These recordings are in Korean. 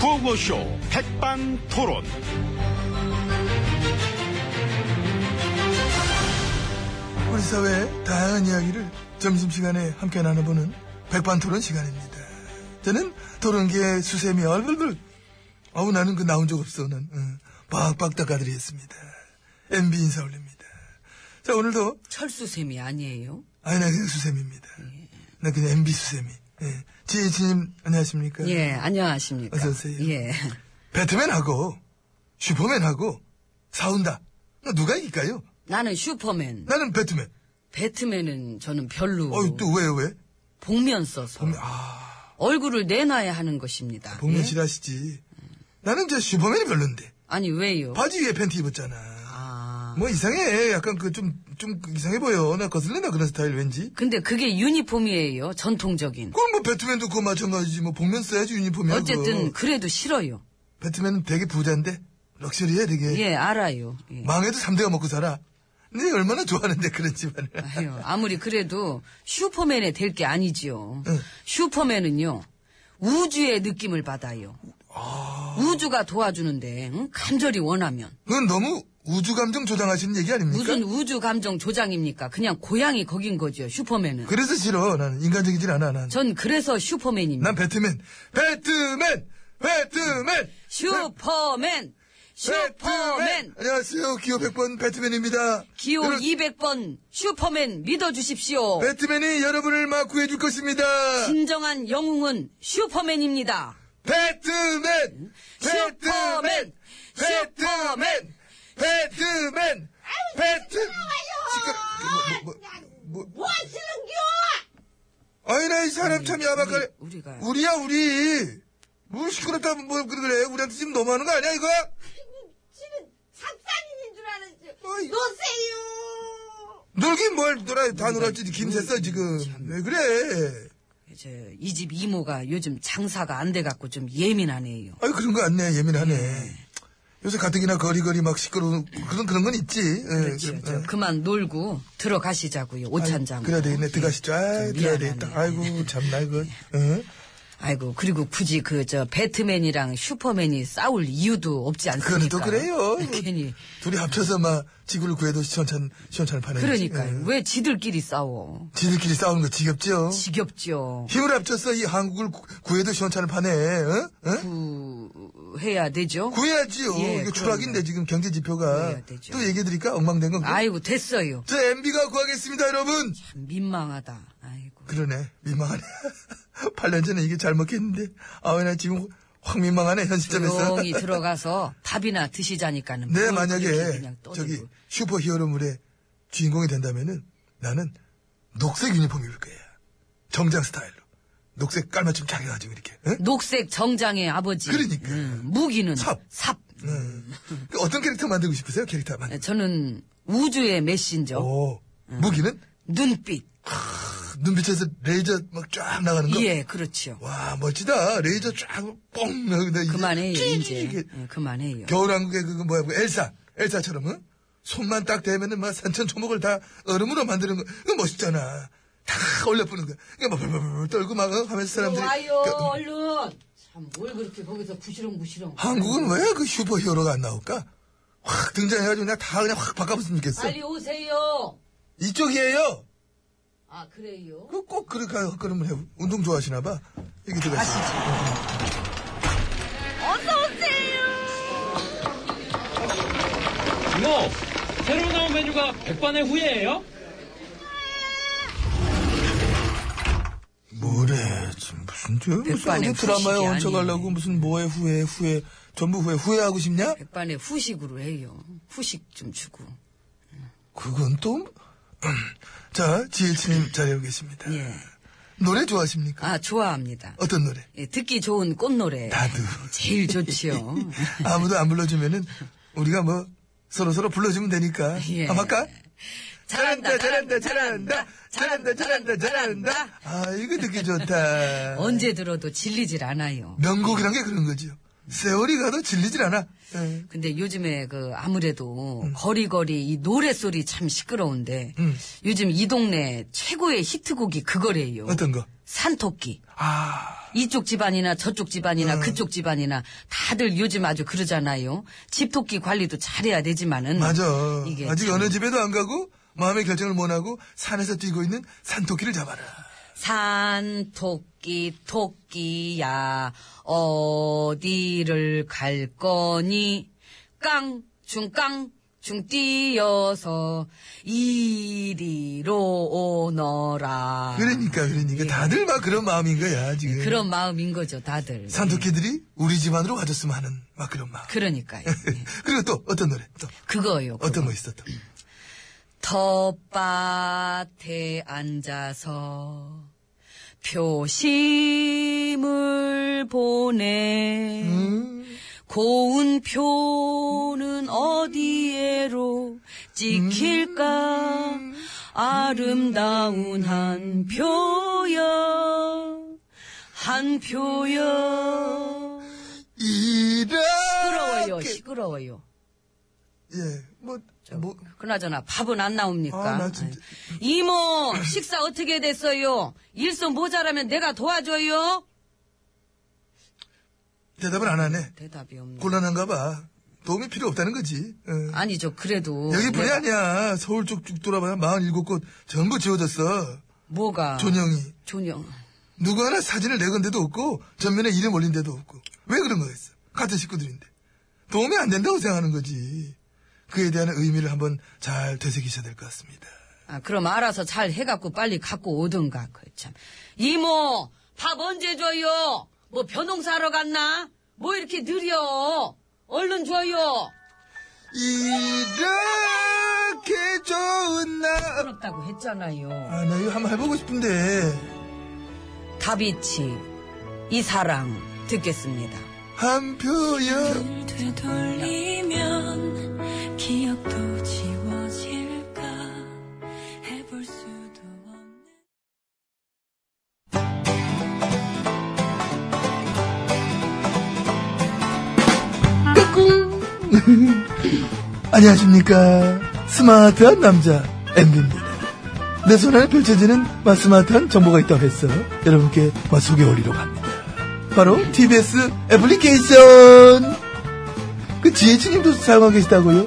구호쇼 백반토론. 우리 사회의 다양한 이야기를 점심시간에 함께 나눠보는 백반토론 시간입니다. 저는 토론계의 수세미 얼굴들 어우 나는 그 나온 적 없어 난 응. 박박 닦아드리겠습니다. MB 인사 올립니다. 자 오늘도 철수쌤이 아니에요? 아니 나 그냥 수세미입니다. 나 그냥 MB 수세미. 예. 지혜진님 안녕하십니까? 예, 안녕하십니까. 네. 어서 오세요. 예. 배트맨하고 슈퍼맨하고 싸운다. 나 누가 이길까요? 나는 슈퍼맨. 나는 배트맨. 배트맨은 저는 별로. 어이 또 왜 왜? 복면 써서. 얼굴을 내놔야 하는 것입니다. 복면 예? 싫어하시지. 나는 저 슈퍼맨이 별론데. 아니, 왜요? 어? 바지 위에 팬티 입었잖아. 아. 뭐 이상해. 약간 그 좀, 좀 이상해 보여. 나 거슬린다, 그런 스타일 왠지. 근데 그게 유니폼이에요. 전통적인. 그럼 뭐 배트맨도 그거 마찬가지지. 뭐 복면 써야지 유니폼이야. 어쨌든 그거. 그래도 싫어요. 배트맨은 되게 부자인데 럭셔리해 되게. 예, 알아요. 예. 망해도 삼대가 먹고 살아. 근데 얼마나 좋아하는데 그런 집안을. 아유, 아무리 그래도 슈퍼맨에 될 게 아니지요. 응. 슈퍼맨은요, 우주의 느낌을 받아요. 우주가 도와주는데, 응? 간절히 원하면. 그건 너무 우주 감정 조장하시는 얘기 아닙니까? 무슨 우주 감정 조장입니까? 그냥 고양이 거긴 거죠, 슈퍼맨은. 그래서 싫어. 나는 인간적이질 않아. 난. 전 그래서 슈퍼맨입니다. 난 배트맨. 배트맨! 배트맨! 슈퍼맨! 슈퍼맨! 그 안녕하세요. 기호 100번 배트맨입니다. 기호 여러- 200번 슈퍼맨 믿어주십시오. 네. 배트맨이 여러분을 막 구해줄 것입니다. 진정한 영웅은 슈퍼맨입니다. 배트맨! 배트맨! 슈퍼맨! 배트맨! 배트맨! 배트! 시끄러. 뭐, 뭐, 뭐. 뭐 하시는겨? 아니 나이 사람 참 야박하네. 우리- 우리가- 우리야 우리. 뭐 시끄럽다 뭐 그래 그래. 우리한테 지금 너무하는 거 아니야 이거? 지는 삭산인인 줄 알았지. 어이. 노세요. 놀긴 뭘 놀아 다 놀았지 김새어 지금. 왜 그래? 이 집 이모가 요즘 장사가 안 돼갖고 좀 예민하네요. 아유 그런 거 안네 예민하네. 요새 가뜩이나 거리거리 막 시끄러운 그런 그런 건 있지. 예, 그렇죠. 그럼, 저 예. 그만 놀고 들어가시자고요. 아이, 오찬장. 예, 그래야 되겠네. 들어가시죠. 아, 들어야 좀 미안하네. 예. 되겠다. 아이고 참나 이거. 어? 응? 아이고 그리고 굳이 그 저 배트맨이랑 슈퍼맨이 싸울 이유도 없지 그건 않습니까? 또 그래요. 괜히 둘이 합쳐서 막 지구를 구해도 시원찮 시원찮을 판에. 예. 그러니까 음. 요왜 지들끼리 싸워? 지들끼리 싸우는 거 지겹죠. 지겹죠. 힘을 합쳐서 이 한국을 구- 구해도 시원찮을 판에. 응? 응? 구 해야 되죠. 구해야지요. 예, 이게 그럼요. 추락인데 지금 경제 지표가 구해야 되죠. 또 얘기해 드릴까? 엉망된 건. 아이고 됐어요. 저 MB가 구하겠습니다, 여러분. 민망하다. 아이고 그러네. 민망하네. 8년 전에 이게 잘 먹혔는데. 아, 나 지금 확 민망하네, 현실점에서. 조용히 들어가서 밥이나 드시자니까는. 내 뭘 그렇게 만약에 그냥 떠들고. 저기 슈퍼 히어로물의 주인공이 된다면은 나는 녹색 유니폼 입을 거야. 정장 스타일로. 녹색 깔맞춤 잘 해가지고 이렇게. 응? 녹색 정장의 아버지. 음, 그러니까. 무기는 삽. 음. 응. 그 어떤 캐릭터 만들고 싶으세요? 캐릭터 만. 네, 저는 우주의 아, 메신저. 오. 무기는 눈빛. 눈빛에서 레이저 막 쫙 나가는 거. 예, 그렇죠. 와 멋지다. 레이저 쫙뽕 나가는데 이게 그만해요, 이제. 찌릿찌릿. 예, 그만해요. 겨울왕국의 그 뭐야 그 엘사 엘사처럼 응? 손만 딱 대면은 막 산천 초목을 다 얼음으로 만드는 거 그거 멋있잖아 다 올려보는 거야 그막 벌벌벌 떨고 막 어? 하면서 사람들이 와요, 그, 얼른. 참, 뭘 그렇게 거기서 부시렁부시렁. 한국은 왜 그 슈퍼히어로가 안 나올까 확 등장해가지고 그냥 다 그냥 확 바꿔봤으면 좋겠어 빨리 오세요. 이쪽이에요 아, 그래요? 그 꼭 그렇게 그러면 해 운동 좋아하시나 봐 얘기 들어가시죠 이모, 뭐, 새로 나온 메뉴가 백반의 후예예요? 뭐래 지금 무슨 저 무슨 백반의 어디 드라마에 후식이 얹혀가려고 아니에요. 무슨 뭐에 후회 후회 전부 후회 후회하고 싶냐 백반에 후식으로 해요. 후식 좀 주고. 그건 또. 자, 지혜치님 자리하고 계십니다. 예. 노래 좋아하십니까? 아, 좋아합니다. 어떤 노래? 예, 듣기 좋은 꽃노래. 나도. 제일 좋지요. 아무도 안 불러주면은 우리가 뭐 서로 서로 불러주면 되니까. 예. 한번 할까? 잘한다, 잘한다, 잘한다. 잘한다, 잘한다, 잘한다. 아, 이거 듣기 좋다. 언제 들어도 질리질 않아요. 명곡이란 게 그런 거지요. 세월이 가도 질리질 않아. 예. 근데 요즘에 그 아무래도 거리거리 이 노래 소리 참 시끄러운데 음. 요즘 이 동네 최고의 히트곡이 그거래요. 어떤 거? 산토끼. 아, 이쪽 집안이나 저쪽 집안이나 음. 그쪽 집안이나 다들 요즘 아주 그러잖아요. 집토끼 관리도 잘해야 되지만은. 맞아. 음, 이게 아직 참 어느 집에도 안 가고 마음의 결정을 못 하고 산에서 뛰고 있는 산토끼를 잡아라. 산토끼 토끼야 어디를 갈 거니 깡중깡 중 뛰어서 이리로 오너라 그러니까 그러니까 다들 막 그런 마음인 거야 지금. 예. 그런 마음인 거죠 다들 산토끼들이 우리 집안으로 와줬으면 하는 막 그런 마음. 그러니까요 예. 그리고 또 어떤 노래 또 그거요 그거. 어떤 거 있어 또. 텃밭에 앉아서 표심을 보내 음? 고운 표는 어디에로 찍힐까 아름다운 한 표여 한 표여 아, 시끄러워요 이렇게 시끄러워요 예뭐 뭐 그나저나 밥은 안 나옵니까? 아, 나 진짜. 아이. 이모 식사 어떻게 됐어요? 일손 모자라면 내가 도와줘요. 대답을 안 하네. 대답이 없네. 곤란한가 봐. 도움이 필요 없다는 거지. 어. 아니죠 그래도 여기 뿐이 내가- 아니야. 서울 쪽 쭉 돌아봐야 47곳 전부 지워졌어. 아. 뭐가 존영이. 존영 누구 하나 사진을 내건 데도 없고 전면에 이름 올린 데도 없고 왜 그런 거겠어 같은 식구들인데 도움이 안 된다고 생각하는 거지 그에 대한 의미를 한번 잘 되새기셔야 될 것 같습니다 아, 그럼 알아서 잘 해갖고 빨리 갖고 오든가 그참 이모 밥 언제 줘요? 뭐 벼농 사러 갔나? 뭐 이렇게 느려? 얼른 줘요. 이렇게 좋은 날 부럽다고 했잖아요. 아, 나 이거 한번 해보고 싶은데 다비치 이 사랑 듣겠습니다. 한 표여 되돌리면 기억도 지워질까 해볼 수도 없는 안녕하십니까 스마트한 남자 엠비입니다 내 손안에 펼쳐지는 마 스마트한 정보가 있다고 해서 여러분께 마 소개 올리러 갑니다 바로 TBS 애플리케이션 그 지혜진님도 사용하고 계시다고요?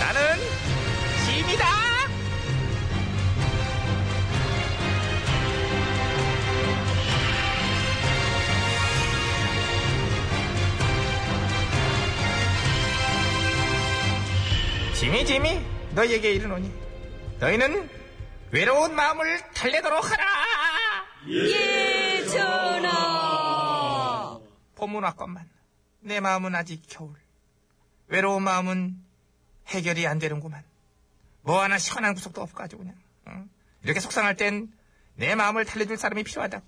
나는 짐이다. 지미 지미 너에게 이르노니 너희는 외로운 마음을 달래도록 하라 예, 전하! 봄은 왔건만 내 마음은 아직 겨울 외로운 마음은 해결이 안 되는구만 뭐 하나 시원한 구석도 없고 아주 그냥 응? 이렇게 속상할 땐 내 마음을 달래줄 사람이 필요하다고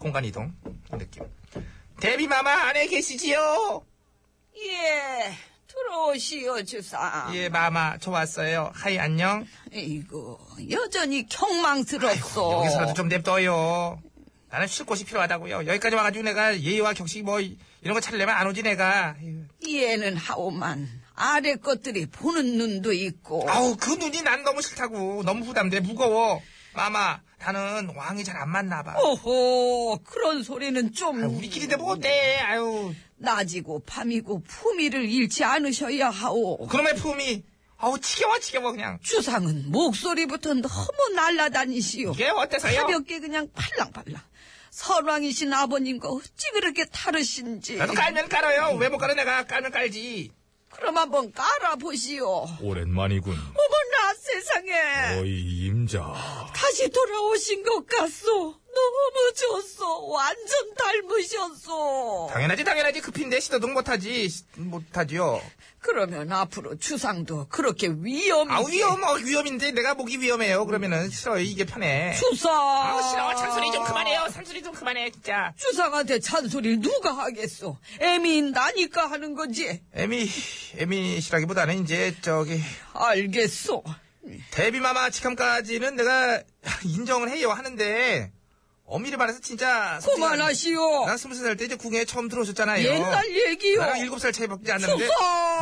공간 이동 느낌 데비 마마 안에 계시지요 예, 들어오시오, 주상. 예 마마 좋았어요 하이 안녕 이거 여전히 경망스럽소. 아, 여기서라도 좀 냅둬요. 나는 쉴 곳이 필요하다고요. 여기까지 와가지고 내가 예의와 격식 뭐 이- 이런 거 차리려면 안 오지 내가. 아유. 어. 이해는 하오만 아래 것들이 보는 눈도 있고. 아우 그 눈이 난 너무 싫다고. 너무 부담돼 무거워. 마마 나는 왕이 잘 안 맞나 봐. 어. 오호 그런 소리는 좀 아유, 우리끼리인데 뭐 어때? 아유 낮이고 밤이고 품위를 잃지 않으셔야 하오. 어, 그놈의 품이 아우 지겨워 지겨워 그냥. 주상은 목소리부터 너무 날라다니시오. 이게 어때서요? 가볍게 그냥 팔랑팔랑. 선왕이신 아버님과 어찌 그렇게 다르신지. 나도 깔면 깔아요. 왜 못 깔아 내가 깔면 깔지. 그럼 한번 깔아보시오. 오랜만이군. 어머나 세상에 뭐- 어이 임자. 다시 돌아오신 것 같소. 너무 좋소. 완전 닮으셨소. 당연하지 당연하지 급인데 시도등 못하지 시- 못하지요 그러면 앞으로 추상도 그렇게 위험이 아 위험 어, 위험인데 내가 목이 위험해요 그러면은 싫어 이게 편해 추상. 아 싫어 잔소리 좀 그만해요 잔소리 좀 그만해 진짜 추상한테 잔소리를 누가 하겠소? 애미 나니까 하는 거지. 에미 에미시라기보다는 이제 저기 알겠소. 데뷔마마 직함까지는 내가 인정을 해요 하는데 엄밀히 말해서 진짜 솔직히 그만하시오. 난 스무 살 때 이제 궁에 처음 들어오셨잖아요. 옛날 얘기요. 나랑 일곱 살 차이밖에 안 나는데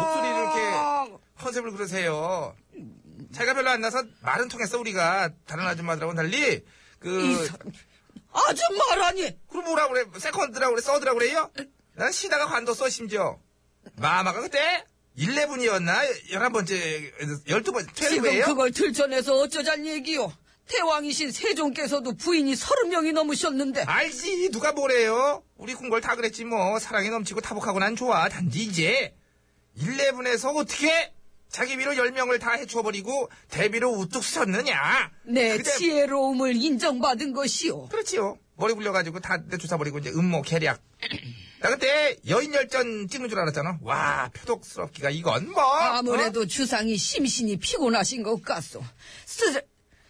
목소리를 이렇게 컨셉을 그러세요. 차이가 별로 안 나서 말은 통했어 우리가 다른 아줌마들하고는 달리 그 아줌마라니. 그럼 뭐라 그래 세컨드라고 그래 서드라고 그래요? 난 쉬다가 관뒀어 심지어. 마마가 그때 11분이었나? 11번째 12번 12예요? 지금 그걸 들춰내서 어쩌잔 얘기요. 태왕이신 세종께서도 부인이 서른 명이 넘으셨는데 아, 알지 누가 뭐래요 우리 궁궐 다 그랬지 뭐 사랑이 넘치고 타복하고 난 좋아 단지 이제 11에서 어떻게 자기 위로 10명을 다 해치워버리고 대비로 우뚝 서셨느냐 내 그대- 지혜로움을 인정받은 것이요. 그렇지요 머리 굴려가지고 다 내쫓아버리고 이제 음모 계략 나 그때 여인열전 찍는 줄 알았잖아 와 표독스럽기가 이건 뭐 아무래도 주상이 심신이 피곤하신 것 같소. 스트레,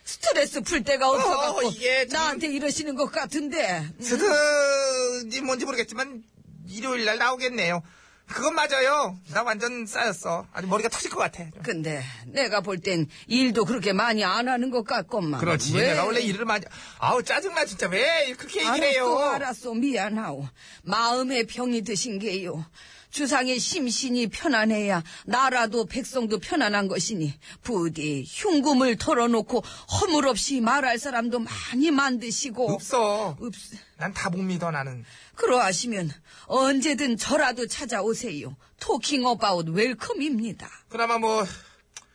스트레스 풀 데가 없어갖고 어, 이게 참- 나한테 이러시는 것 같은데 스드니 어? 뭔지 모르겠지만 일요일 날 나오겠네요 그건 맞아요 나 완전 쌓였어 아주 머리가 터질 것 같아 근데 내가 볼 땐 일도 그렇게 많이 안 하는 것 같건만. 그렇지. 왜? 내가 원래 일을 많이. 아우 짜증나 진짜 왜 그렇게 얘기를 해요? 알았어, 알았어. 미안하오. 마음의 병이 드신 게요. 주상의 심신이 편안해야 나라도 백성도 편안한 것이니 부디 흉금을 털어놓고 허물 없이 말할 사람도 많이 만드시고 없어. 읍, 난 다 못 믿어 나는. 그러하시면 언제든 저라도 찾아오세요. 토킹 어바웃 웰컴입니다. 그나마 뭐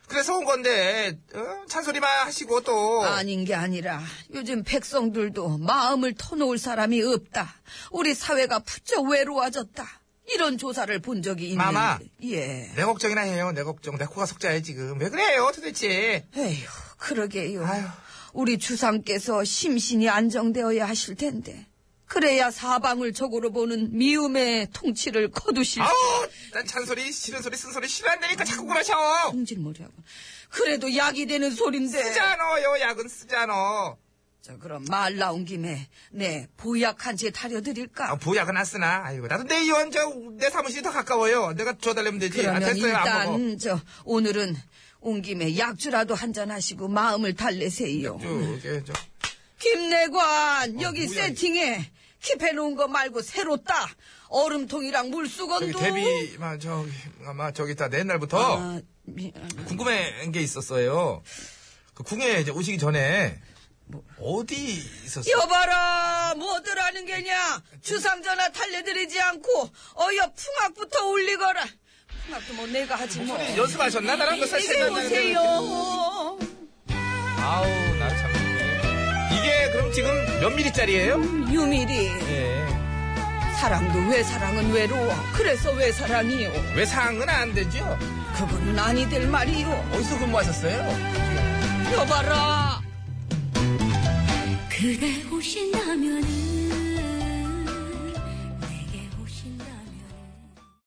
그래서 온 건데 어? 잔소리만 하시고 또. 아닌 게 아니라 요즘 백성들도 마음을 터놓을 사람이 없다. 우리 사회가 부쩍 외로워졌다. 이런 조사를 본 적이 있는데. 마마. 예. 내 걱정이나 해요. 내 걱정. 내 코가 속자해 지금. 왜 그래요 도대체? 에휴, 그러게요. 아휴. 우리 주상께서 심신이 안정되어야 하실 텐데. 그래야 사방을 적으로 보는 미움의 통치를 거두실 수 아우 난 잔소리 싫은 소리 쓴 소리 싫어한다니까 자꾸 그러셔. 성질머리하고. 그래도 약이 되는 소린데. 쓰지 않아요 약은 쓰지 않아. 자, 그럼 말 나온 김에 내 보약 한 채 타려드릴까? 아, 보약은 안 쓰나? 아이고 나도 내 이원 저내 사무실이 더 가까워요. 내가 줘달라면 되지. 아, 그러면 됐어요 안 먹어. 일단 저 오늘은 온 김에 약주라도 한잔 하시고 마음을 달래세요. 저, 이게 저. 김내관 여기 뭐야, 세팅해 킵해놓은 거 말고 새로 따 얼음통이랑 저기 물수건도. 데뷔 마 저기 아마 저기 다 옛날부터 아, 미안. 궁금한 게 있었어요. 그 궁에 이제 오시기 전에 어디 있었어요? 여봐라 뭐들 하는 게냐 주상전화 달래드리지 않고 어여 풍악부터 올리거라 풍악도 뭐 내가 하지 뭐 소리 연습하셨나? 나랑 몇 살 차이 이리 난다는데. 오세요 아우 나 참. 이게 그럼 지금 몇 미리짜리예요? 음, 유미리 예. 사랑도 왜 사랑은 외로워 그래서 왜 사랑이요 왜 상은 안 되죠? 그건 아니 될 말이요 어디서 근무하셨어요? 여봐라 그대 오신다면은